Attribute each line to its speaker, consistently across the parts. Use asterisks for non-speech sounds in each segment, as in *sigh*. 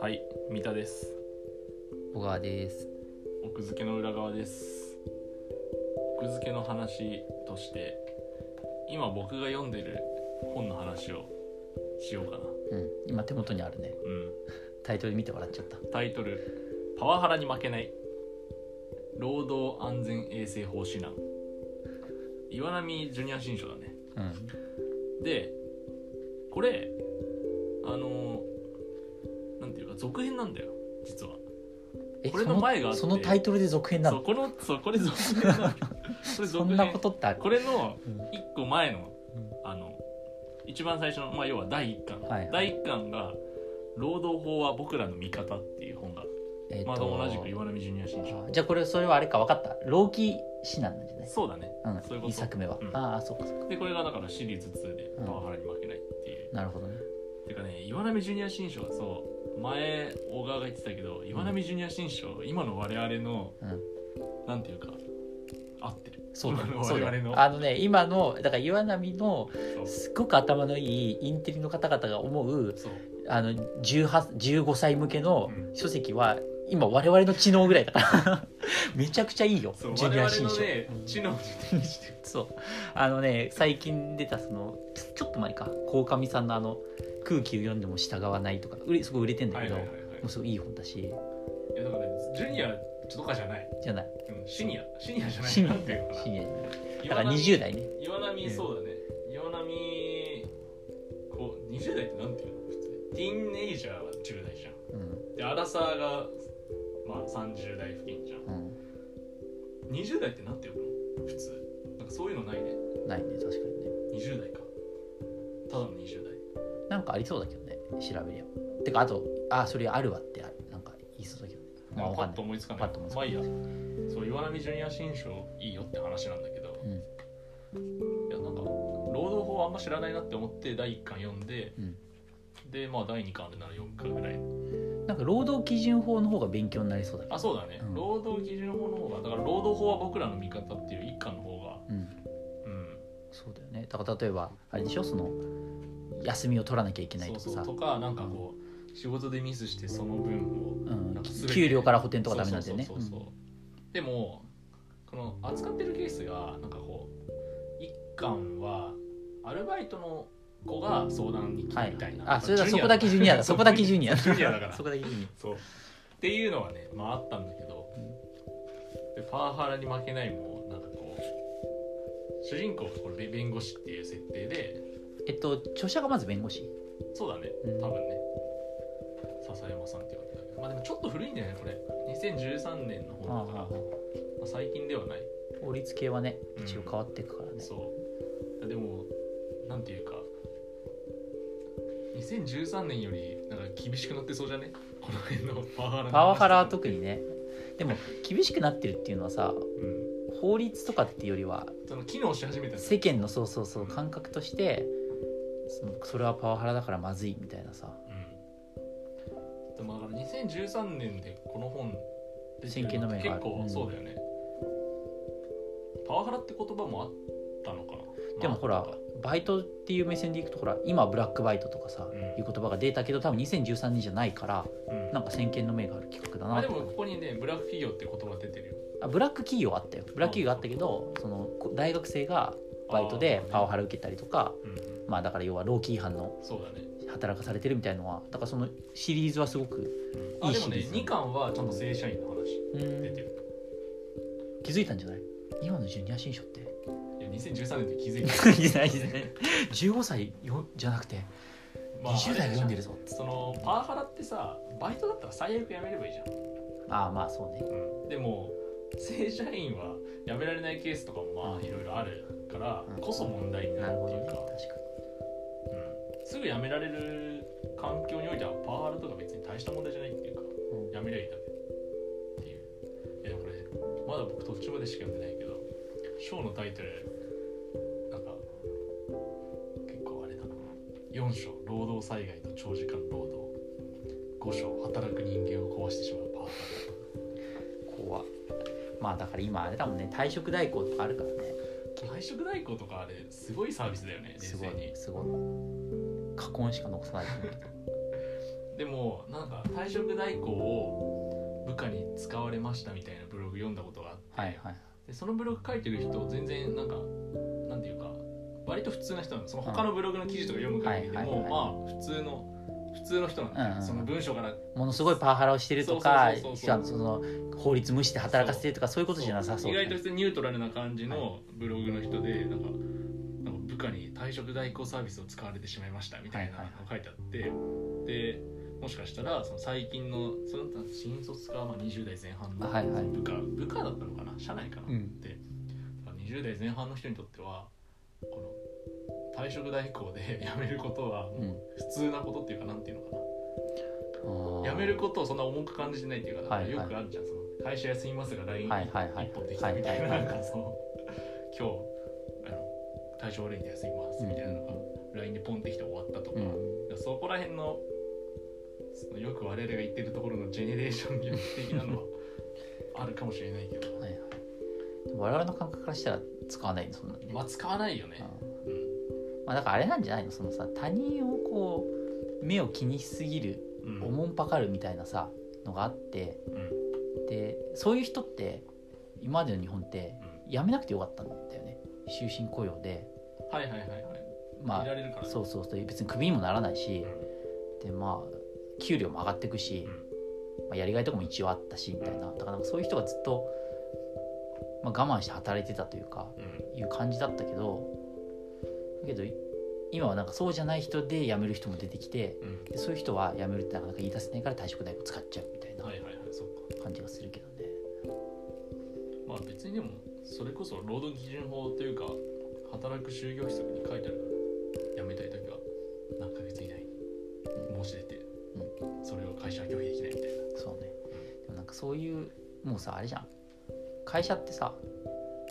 Speaker 1: はい、三田です。
Speaker 2: 小川です
Speaker 1: 奥付けの裏側です。奥付けの話として、今僕が読んでる本の話をしようかな。
Speaker 2: うん今手元にあるね
Speaker 1: うん。
Speaker 2: タイトル見て笑っちゃった
Speaker 1: タイトル「パワハラに負けない労働安全衛生法指南」岩波ジュニア新書だね
Speaker 2: うん
Speaker 1: でこれあのなんていうか続編なんだよ実は
Speaker 2: え
Speaker 1: これの前があって
Speaker 2: そのそのタイトルで続編な
Speaker 1: そう
Speaker 2: の
Speaker 1: このそうこれ続編なの
Speaker 2: *laughs*
Speaker 1: これ
Speaker 2: そ
Speaker 1: 続
Speaker 2: んなこ
Speaker 1: 編
Speaker 2: とってある
Speaker 1: これの
Speaker 2: うん
Speaker 1: 1個前の
Speaker 2: うん
Speaker 1: あの一番最初の、まあ、要は第1巻、
Speaker 2: はいはい
Speaker 1: 第1巻が「労働法は僕らの味方」っていう本が、
Speaker 2: えっと
Speaker 1: まあ、同じく岩波ジュニア新書
Speaker 2: あじゃあこれそれはあれか分かった老期死なんじゃない
Speaker 1: そうだね
Speaker 2: うん
Speaker 1: そういうこと
Speaker 2: 一作目は、
Speaker 1: うん
Speaker 2: ああそうかそうか
Speaker 1: でこれがだからシリーズ2で
Speaker 2: うん
Speaker 1: パワハラに負けないっていう、
Speaker 2: なるほどね
Speaker 1: てかね岩波ジュニア新書はそう前小川が言ってたけど岩波ジュニア新書今の我々の
Speaker 2: うん
Speaker 1: なんていうか合ってる
Speaker 2: そうだね
Speaker 1: 今の
Speaker 2: そうだ
Speaker 1: 我々
Speaker 2: ね
Speaker 1: の
Speaker 2: あのね今のだから岩波の
Speaker 1: そう
Speaker 2: すっごく頭のいいインテリの方々が思う
Speaker 1: そう
Speaker 2: あの18 15歳向けの
Speaker 1: うん
Speaker 2: 書籍は、今我々の知能ぐらいだから
Speaker 1: *laughs*
Speaker 2: めちゃくちゃいいよ
Speaker 1: そう
Speaker 2: ジュニア新
Speaker 1: 我
Speaker 2: 書、
Speaker 1: 々のね
Speaker 2: うん
Speaker 1: 知能に適してる
Speaker 2: そうあのね最近出たそのちょちょっと前か鴻上さんのあの「空気を読んでも従わない」とか売れすごい売れてんだ
Speaker 1: は
Speaker 2: け
Speaker 1: い
Speaker 2: ど、
Speaker 1: はいはいはい
Speaker 2: もうすごいいい本だし
Speaker 1: いやだからねジュニアとかじゃない、
Speaker 2: じゃない
Speaker 1: うん、シニアシニアじゃない
Speaker 2: シニア
Speaker 1: なんていうのかな *laughs*
Speaker 2: シニアじゃないだ
Speaker 1: 岩
Speaker 2: から
Speaker 1: 波
Speaker 2: 20代ね
Speaker 1: 岩波
Speaker 2: うん
Speaker 1: そうだね岩波こう20代ってなんていうの普通ティーンエイジャーは10代じゃん
Speaker 2: うん
Speaker 1: でアラサーがまあ30代付近じゃん
Speaker 2: うん
Speaker 1: 20代ってなんて呼ぶの普通なんかそういうのないね
Speaker 2: ないね確かにね
Speaker 1: 20代かただの20代
Speaker 2: なんかありそうだけどね調べりゃてかあとあそれあるわってあるなんか言いそうだけどねまあわ
Speaker 1: パ
Speaker 2: か
Speaker 1: ッ
Speaker 2: ん
Speaker 1: と
Speaker 2: ない
Speaker 1: 思いつかない
Speaker 2: パッと思いつかない
Speaker 1: まあいいやそう岩波ジュニア新書いいよって話なんだけど
Speaker 2: うん
Speaker 1: いやなんか労働法あんま知らないなって思って第1巻読んで
Speaker 2: うん
Speaker 1: でまあ第2巻あるなら4巻ぐらい
Speaker 2: なんか労働基準法の方が勉強になりそうだけど
Speaker 1: あそうだね、
Speaker 2: うん
Speaker 1: 労働基準法の方がだから労働法は僕らの味方っていう1巻の方が
Speaker 2: うん
Speaker 1: うん
Speaker 2: そうだよねだから例えばあれでしょその休みを取らなきゃいけないと
Speaker 1: そう
Speaker 2: か
Speaker 1: そう
Speaker 2: さ
Speaker 1: とかなんかこう仕事でミスしてその分を
Speaker 2: うん
Speaker 1: なんか全て
Speaker 2: 給料から補填とかダメなんだよね
Speaker 1: そうそうそうそうでもこの扱ってるケースがなんかこう一巻はアルバイトの子が相談に来
Speaker 2: は
Speaker 1: た
Speaker 2: い
Speaker 1: みたいな、
Speaker 2: あそれだ
Speaker 1: ジ
Speaker 2: そ
Speaker 1: ュニア
Speaker 2: こだけジュニ
Speaker 1: *laughs*
Speaker 2: アだそこだけジュニア
Speaker 1: ジュニアだから
Speaker 2: そこだけジュニ
Speaker 1: そうっていうのはねまああったんだけど、でパワハラに負けないもなんかこう主人公がこれべ弁護士っていう設定で
Speaker 2: アえっと著者がまず弁護士
Speaker 1: そうだね
Speaker 2: うん
Speaker 1: 多分ね笹山さんっていうわけだけどまあでもちょっと古いんだよねこれ2013年の本だから、
Speaker 2: あ
Speaker 1: ま
Speaker 2: あ
Speaker 1: あ、最近ではない
Speaker 2: 法律系はね
Speaker 1: うん
Speaker 2: 一応変わっていくからね
Speaker 1: そうでもなんていうか2013年よりなんか厳しくなってそうじゃねこの辺のパワハラの話
Speaker 2: パワハラは特にねでも厳しくなってるっていうのはさ
Speaker 1: うん
Speaker 2: 法律とかっていうよりは
Speaker 1: その機能し始めた
Speaker 2: 世間のそうそうそう感覚としてそのそれはパワハラだからまずいみたいなさ
Speaker 1: うんでもだから2013年でこの本出て
Speaker 2: 先
Speaker 1: る
Speaker 2: 見
Speaker 1: の
Speaker 2: の
Speaker 1: って
Speaker 2: 明があ
Speaker 1: 結
Speaker 2: る
Speaker 1: 構
Speaker 2: うん
Speaker 1: そうだよね、パワハラって言葉もあったのかな
Speaker 2: でも
Speaker 1: まあ
Speaker 2: ほらバイトっていう目線でいくとほら今ブラックバイトとかさ
Speaker 1: うん
Speaker 2: いう言葉が出たけど多分2013年じゃないから
Speaker 1: うん
Speaker 2: なんか先見の明がある企画だ
Speaker 1: まあ、
Speaker 2: な
Speaker 1: で
Speaker 2: と
Speaker 1: も
Speaker 2: 思って
Speaker 1: ここにねブラック企業って言葉出てるよ
Speaker 2: あブラック企業あったよブラック企業あったけどそのこ大学生がバイトでパワハラ受けたりとか
Speaker 1: ラ、うんうん
Speaker 2: まあだから要は労基違反の
Speaker 1: そうだね
Speaker 2: 働かされてるみたいのはだからそのシリーズはすごく
Speaker 1: あ
Speaker 2: いい
Speaker 1: でもね
Speaker 2: シリーズ
Speaker 1: 2巻はちゃんと正社員の話出てる、
Speaker 2: 気づいたんじゃない今のジュニア新書って
Speaker 1: いや2013年って気 *laughs*
Speaker 2: *laughs*
Speaker 1: づいた
Speaker 2: 15歳よじゃなくて20代が読んで
Speaker 1: る
Speaker 2: るぞって
Speaker 1: そのパワハラってさバイトだったら最悪やめればいいじゃん、
Speaker 2: ああまあそうね
Speaker 1: でも正社員はやめられないケースとかもまあいろいろあるから
Speaker 2: うん
Speaker 1: こそ問題にな
Speaker 2: な
Speaker 1: る
Speaker 2: る
Speaker 1: っ
Speaker 2: ほ
Speaker 1: てい
Speaker 2: どね
Speaker 1: うか
Speaker 2: 確、
Speaker 1: うん、すぐやめられる環境においてはパワハラとか別に大した問題じゃないっていうか
Speaker 2: か
Speaker 1: やめりゃいいだけっていういやでもこれまだ僕途中までしか読んでないけどショーのタイトルなんか結構あれだな4章労働災害と長時間労働5章働く人間を壊してしまうパワハ
Speaker 2: 怖まあだから今あれだもんね退職代行とかあるからね
Speaker 1: ラ配色代行とかあれすごいサービスだよね
Speaker 2: す
Speaker 1: 冷
Speaker 2: ご
Speaker 1: 静
Speaker 2: い
Speaker 1: に
Speaker 2: すごい過根しか残さないと思うけど
Speaker 1: でもなんか退職代行を部下に使われましたみたいなブログ読んだことがあって、
Speaker 2: はいはい
Speaker 1: でそのブログ書いてる人全然なんかなんていうか割と普通な人なのその他のブログの記事とか読む限りで
Speaker 2: はいはいはい
Speaker 1: もまあ普通の普通の人なんだよ、
Speaker 2: うんうん
Speaker 1: その文章から
Speaker 2: ものすごいパワハラをしてるとか
Speaker 1: そうそうそうそう
Speaker 2: しかもその法律無視で働かせてるとかそういうことじゃなさそう
Speaker 1: 意
Speaker 2: だね
Speaker 1: 外と普通にニュートラルな感じのブログの人でなんかなんか部下に退職代行サービスを使われてしまいましたみたいなのが書いてあって、でもしかしたらその最近のその新卒がまあ20代前半の
Speaker 2: はいはい
Speaker 1: 部下、部下だったのかな社内かな、
Speaker 2: うん
Speaker 1: で20代前半の人にとってはこの退職代行で *laughs* 辞めることはもう普通なことっていうかなんていうのかな
Speaker 2: うん
Speaker 1: 辞めることをそんな重く感じてないっていうか
Speaker 2: はいはい
Speaker 1: よくあるじゃんその会社休みますが LINE
Speaker 2: はいはいはい
Speaker 1: 一本できたみたいな
Speaker 2: は
Speaker 1: ないんかその今日あの体調悪いんで休みますみたいなのが LINE でポンってきて終わったとか、
Speaker 2: うん
Speaker 1: そこら辺のそのよく我々が言ってるところのジェネレーションギャップ的なのはあるかもしれないけど、
Speaker 2: はいはいでも我々の感覚からしたら使わないのそんなのね
Speaker 1: まあ使わないよね、
Speaker 2: うん
Speaker 1: うん
Speaker 2: まあだからあれなんじゃないのそのさ他人をこう目を気にしすぎる
Speaker 1: うん
Speaker 2: おもんぱかるみたいなさのがあって
Speaker 1: うんうん
Speaker 2: でそういう人って今までの日本って辞めなくてよかったんだよね終身雇用で
Speaker 1: はいはいはいはい、
Speaker 2: ま
Speaker 1: い
Speaker 2: あ
Speaker 1: られるからね
Speaker 2: そうそうそう別にクビにもならないし
Speaker 1: う
Speaker 2: でまあ給料も上がってくし、まあ、やりがいとかも一応あったしみたいなだからなんかそういう人がずっと、まあ、我慢して働いてたというか
Speaker 1: んうん
Speaker 2: いう感じだったけどだけどい今はなんかそうじゃない人で辞める人も出てきて
Speaker 1: うん
Speaker 2: でそういう人は辞めるってなかなか言い出せないから退職代を使っちゃうみたいな
Speaker 1: はいはいはいそっか
Speaker 2: 感じがするけどね。
Speaker 1: まあ別にでもそれこそ労働基準法というか働く就業規則に書いてあるから辞めたい時は何ヶ月以内に申し出て、それを会社は拒否できないみたいな
Speaker 2: そうねでもなんかそういうもうさあれじゃん会社ってさ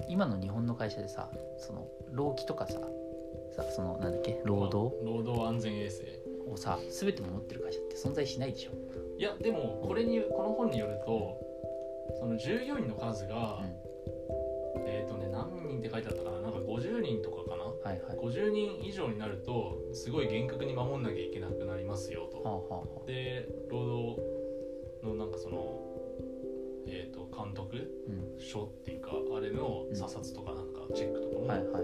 Speaker 2: 今の日本の会社でさその労基とかささそのなんだっけ労働
Speaker 1: 労働安全衛生
Speaker 2: をさ全て持ってる会社って存在しないでしょ
Speaker 1: いやでもこれにこの本によるとその従業員の数が、
Speaker 2: うん
Speaker 1: えっ、とね何人って書いてあったかななんか50人とかかな
Speaker 2: はいはいは
Speaker 1: 50人以上になるとすごい厳格に守んなきゃいけなくなりますよと、
Speaker 2: あはあはあ
Speaker 1: で労働のなんかそのえっ、と監督
Speaker 2: うん
Speaker 1: 署っていうかあれの査察とかなんかチェックとか
Speaker 2: はい
Speaker 1: も
Speaker 2: はい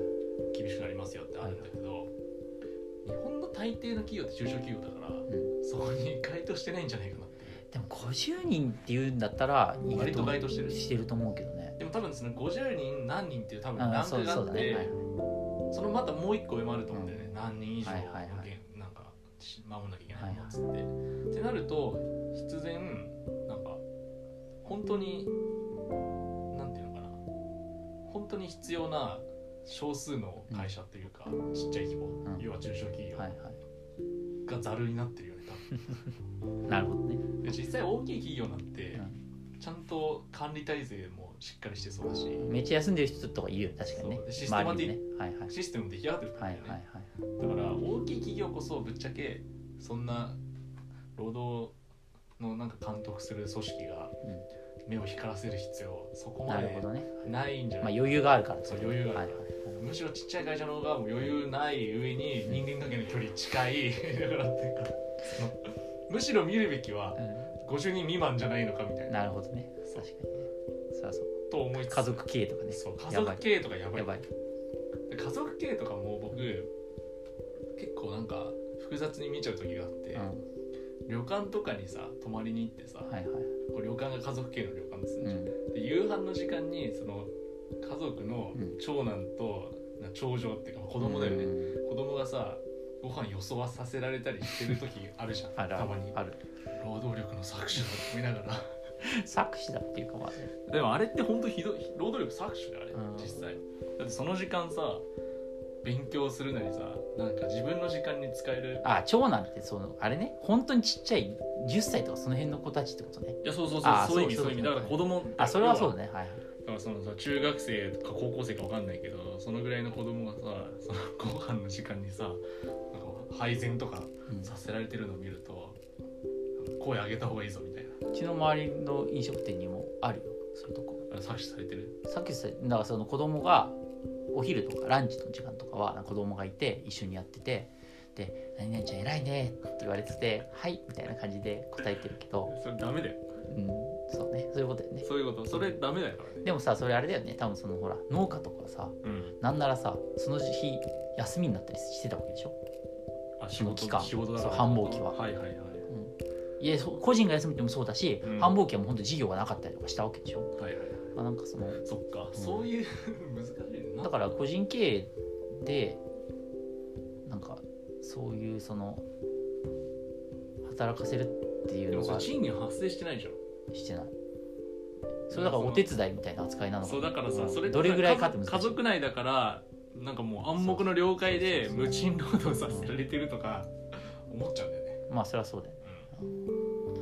Speaker 1: 厳しくなりますよってあるんだけど、日本の大抵の企業って中小企業だから
Speaker 2: うん
Speaker 1: そこに該当してないんじゃないかなっていう
Speaker 2: でも50人っていうんだったら意
Speaker 1: 割と該当
Speaker 2: 外
Speaker 1: してる
Speaker 2: してると思うけどね
Speaker 1: でも多分その50人何人っていう多分
Speaker 2: あ
Speaker 1: ラン
Speaker 2: そ
Speaker 1: ク
Speaker 2: う
Speaker 1: があ
Speaker 2: そう
Speaker 1: っ
Speaker 2: だ
Speaker 1: て
Speaker 2: ね
Speaker 1: そ,、
Speaker 2: はいはい
Speaker 1: のまたもう一個上もあると思うんだよね、何人以上
Speaker 2: はいはいはい
Speaker 1: なんかし守んなきゃいけないものっつって、ってなると必然なんか本当になんていうのかな本当に必要な少数の会社というか、ちっちゃい規模、
Speaker 2: うん
Speaker 1: 要は中小企業
Speaker 2: はい
Speaker 1: が
Speaker 2: は
Speaker 1: ざるになってるよね多
Speaker 2: いなるほどね *laughs*
Speaker 1: 分で実際大きい企業なんて
Speaker 2: う
Speaker 1: ちゃんと管理体制もしっかりしてそうだし
Speaker 2: めっちゃ休んでる人とかいるよ確かにね
Speaker 1: そうでシステマ
Speaker 2: 周
Speaker 1: テ
Speaker 2: り
Speaker 1: ィ
Speaker 2: に
Speaker 1: ッ
Speaker 2: ねはいはい
Speaker 1: システム出来上がってると思
Speaker 2: は
Speaker 1: う
Speaker 2: い
Speaker 1: んだよ
Speaker 2: はい
Speaker 1: ね、
Speaker 2: はい
Speaker 1: だから大きい企業こそぶっちゃけそんな労働のなんか監督する組織が
Speaker 2: う
Speaker 1: 目を光らせる必要そこ
Speaker 2: ん
Speaker 1: ま
Speaker 2: なるほ
Speaker 1: で
Speaker 2: どね
Speaker 1: ないんじゃ
Speaker 2: ま
Speaker 1: な
Speaker 2: あ
Speaker 1: い、
Speaker 2: 余裕があるから
Speaker 1: そう余裕があるから
Speaker 2: はいはい
Speaker 1: むしろちっちゃい会社の方がもう余裕ない上に人間関係の距離近い *laughs* だからっていうかそのむしろ見るべきは
Speaker 2: う
Speaker 1: 50人未満じゃないのかみたい
Speaker 2: ん、
Speaker 1: な
Speaker 2: なるほどね確かにねそりゃそう
Speaker 1: と思いつつ
Speaker 2: 家族経営とかね
Speaker 1: そう家
Speaker 2: やば
Speaker 1: 族
Speaker 2: い
Speaker 1: 経営とかやばい
Speaker 2: やばい
Speaker 1: で家族経営とかも僕結構なんか複雑に見ちゃう時があって、
Speaker 2: うんは
Speaker 1: 旅館とかにさ泊まりに行ってさ、
Speaker 2: いはい
Speaker 1: こう旅館が家族系の旅館です
Speaker 2: う
Speaker 1: ね、
Speaker 2: ん
Speaker 1: で夕飯の時間にその家族の
Speaker 2: うん
Speaker 1: 長男とな長女っていうか子供だよね、
Speaker 2: うん
Speaker 1: 子供がさご飯よそわさせられたりしてる時あるじゃん
Speaker 2: *laughs* ある
Speaker 1: た
Speaker 2: あ
Speaker 1: ま
Speaker 2: る
Speaker 1: に
Speaker 2: ある
Speaker 1: 労働力の搾取だと思いなが
Speaker 2: *laughs* 作詞だっていうかまあ
Speaker 1: らでもあれって本当ひどい労働力搾取だよあれ、
Speaker 2: うん
Speaker 1: 実際だってその時間さ勉強するなりさなんか自分の時間に使える
Speaker 2: あ長男ってそのあれね本当にちっちゃい10歳とかその辺の子たちってことね
Speaker 1: いやそうそう
Speaker 2: あー
Speaker 1: そういう意味
Speaker 2: そ
Speaker 1: そうういう意味だ
Speaker 2: そう
Speaker 1: から子供
Speaker 2: あそれは
Speaker 1: 要
Speaker 2: そうだねはいはい
Speaker 1: だからそのさ中学生とか高校生かわかんないけどそのぐらいの子供がさそのご飯の時間にさなんか配膳とか
Speaker 2: うん
Speaker 1: させられてるのを見ると声上げた方がいいぞみたいな
Speaker 2: うちの周りの飲食店にもあるよそういうとこ
Speaker 1: あ搾取されてる
Speaker 2: さっきさだからその子供がお昼とかランチの時間とかはなんか子供がいて一緒にやっててで「何々ちゃん偉いね」って言われてて「はい」みたいな感じで答えてるけど、
Speaker 1: それダメだよ
Speaker 2: うん、そうねそういうことだよね
Speaker 1: そういうことそれダメだからね
Speaker 2: でもさそれあれだよね多分そのほら農家とかさ
Speaker 1: うん
Speaker 2: なんならさその日休みになったりしてたわけでしょ、
Speaker 1: あ
Speaker 2: その期間
Speaker 1: 仕事だから
Speaker 2: そう繁忙期は
Speaker 1: はいはいはい
Speaker 2: うん、いやそう個人が休みでもそうだし、
Speaker 1: うん
Speaker 2: 繁忙期はもうほんと事業がなかったりとかしたわけでしょ、
Speaker 1: はいはい
Speaker 2: まあ、なんかその
Speaker 1: そっか、そういう *laughs* 難しいな
Speaker 2: だから個人経営でなんかそういうその働かせるってい
Speaker 1: で
Speaker 2: う
Speaker 1: も
Speaker 2: の
Speaker 1: それ
Speaker 2: がし
Speaker 1: 賃金発生してないじゃん
Speaker 2: てないそれだからお手伝いみたいな扱いなのか
Speaker 1: そうだからさそれって
Speaker 2: どれぐらいかって難しい
Speaker 1: 家族内だからなんかもう暗黙の了解で無賃労働させられてるとか思っちゃうんだよね、
Speaker 2: まあそれはそうだよね
Speaker 1: う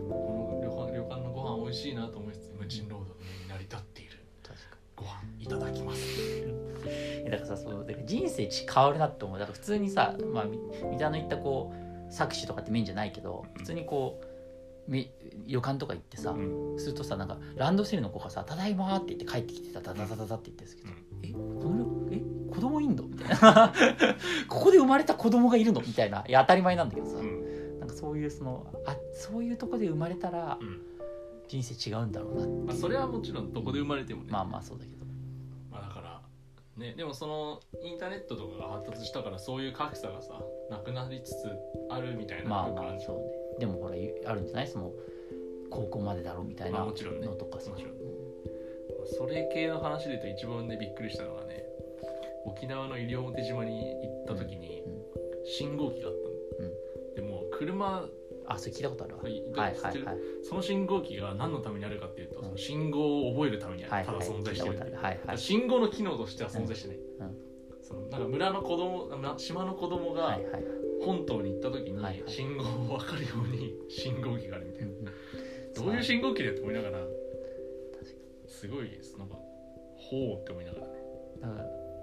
Speaker 1: ん、この旅館旅館のご飯美味しいなと思いつつ無賃労働に成り立っている
Speaker 2: 確か
Speaker 1: ご飯いただきます
Speaker 2: にいやだからさそうだから人生ち変わるなって思うだから普通にさ、まあ、み三田の言ったこう搾取とかって面じゃないけど普通にこうみ旅館とか行ってさ、
Speaker 1: うん
Speaker 2: するとさなんかランドセルの子がさ「ただいま」って言って帰ってきてさダダダダダって言ってるんですけど「えこのえ子供いんの?」みたいな *laughs* 「ここで生まれた子供がいるの?」みたいないや当たり前なんだけどさ、
Speaker 1: うん
Speaker 2: なんかそういうそのあそういうとこで生まれたら
Speaker 1: うん
Speaker 2: 人生違うんだろうな
Speaker 1: まあ、それはもちろんどこで生まれてもね、
Speaker 2: まあまあそうだけど
Speaker 1: まあだからねでもそのインターネットとかが発達したからそういう格差がさなくなりつつあるみたいな
Speaker 2: まあ
Speaker 1: なんか
Speaker 2: まあそうねでもほらゆあるんじゃないその高校までだろうみたい
Speaker 1: ま
Speaker 2: な
Speaker 1: あもちろんね
Speaker 2: のとかさ、
Speaker 1: もちろんそれ系の話で言うと一番ねびっくりしたのがね沖縄の西表島に行った時に
Speaker 2: うん
Speaker 1: 信号機があったの、でもう車
Speaker 2: あそれ聞いたことあるわ
Speaker 1: はい
Speaker 2: はいはいはい
Speaker 1: その信号機が何のためにあるかっていうと、
Speaker 2: うん
Speaker 1: その信号を覚えるために
Speaker 2: は
Speaker 1: あ
Speaker 2: い
Speaker 1: るただ
Speaker 2: はい
Speaker 1: 存
Speaker 2: 聞
Speaker 1: 在
Speaker 2: い
Speaker 1: したて
Speaker 2: こ
Speaker 1: る
Speaker 2: と
Speaker 1: だ
Speaker 2: あ
Speaker 1: け
Speaker 2: るはいはい
Speaker 1: 信号の機能としては存在してない、
Speaker 2: うんうん
Speaker 1: そのなんか村の子供な島の子供
Speaker 2: は
Speaker 1: が
Speaker 2: いはい
Speaker 1: 本島に行った時に
Speaker 2: はいはい
Speaker 1: 信号を分かるように信号機があるみたいな、どういう
Speaker 2: そ
Speaker 1: 信号機だよって思いながら
Speaker 2: 確かに
Speaker 1: すごいなんかほうって思いながらね
Speaker 2: だか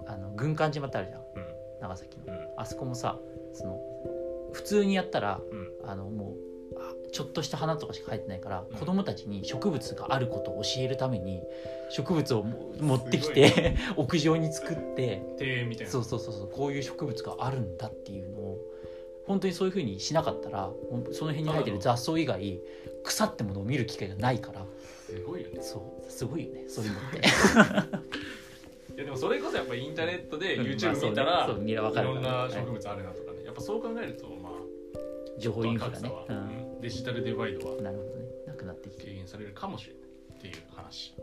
Speaker 2: らあの軍艦島ってあるじゃん
Speaker 1: う
Speaker 2: 長崎の
Speaker 1: んうん
Speaker 2: あそこもさその普通にやったら
Speaker 1: うん
Speaker 2: あのもうあちょっとした花とかしか生えてないから、
Speaker 1: うん
Speaker 2: 子供たちに植物があることを教えるために植物をも持ってきて *laughs* 屋上に作って
Speaker 1: 庭園みたいな
Speaker 2: そうそうそうそうこういう植物があるんだっていうのを本当にそういうふうにしなかったらもうその辺に生えてる雑草以外腐ってものを見る機会がないから
Speaker 1: すごいよね
Speaker 2: そうすごいよねそういうのって。
Speaker 1: いやでもそれこそやっぱインターネットで
Speaker 2: うんまあそう
Speaker 1: YouTube 見たら、
Speaker 2: そう見りゃわか
Speaker 1: い
Speaker 2: る
Speaker 1: ろ
Speaker 2: か
Speaker 1: ん
Speaker 2: ら
Speaker 1: な
Speaker 2: ね
Speaker 1: 植物あるなとかねやっぱそう考えるとまあ
Speaker 2: 情報インフラね
Speaker 1: は、、
Speaker 2: う
Speaker 1: うんデジタルデバイドは
Speaker 2: ん、なるほどねなくなってきてる
Speaker 1: 軽減されるかもしれないっていう話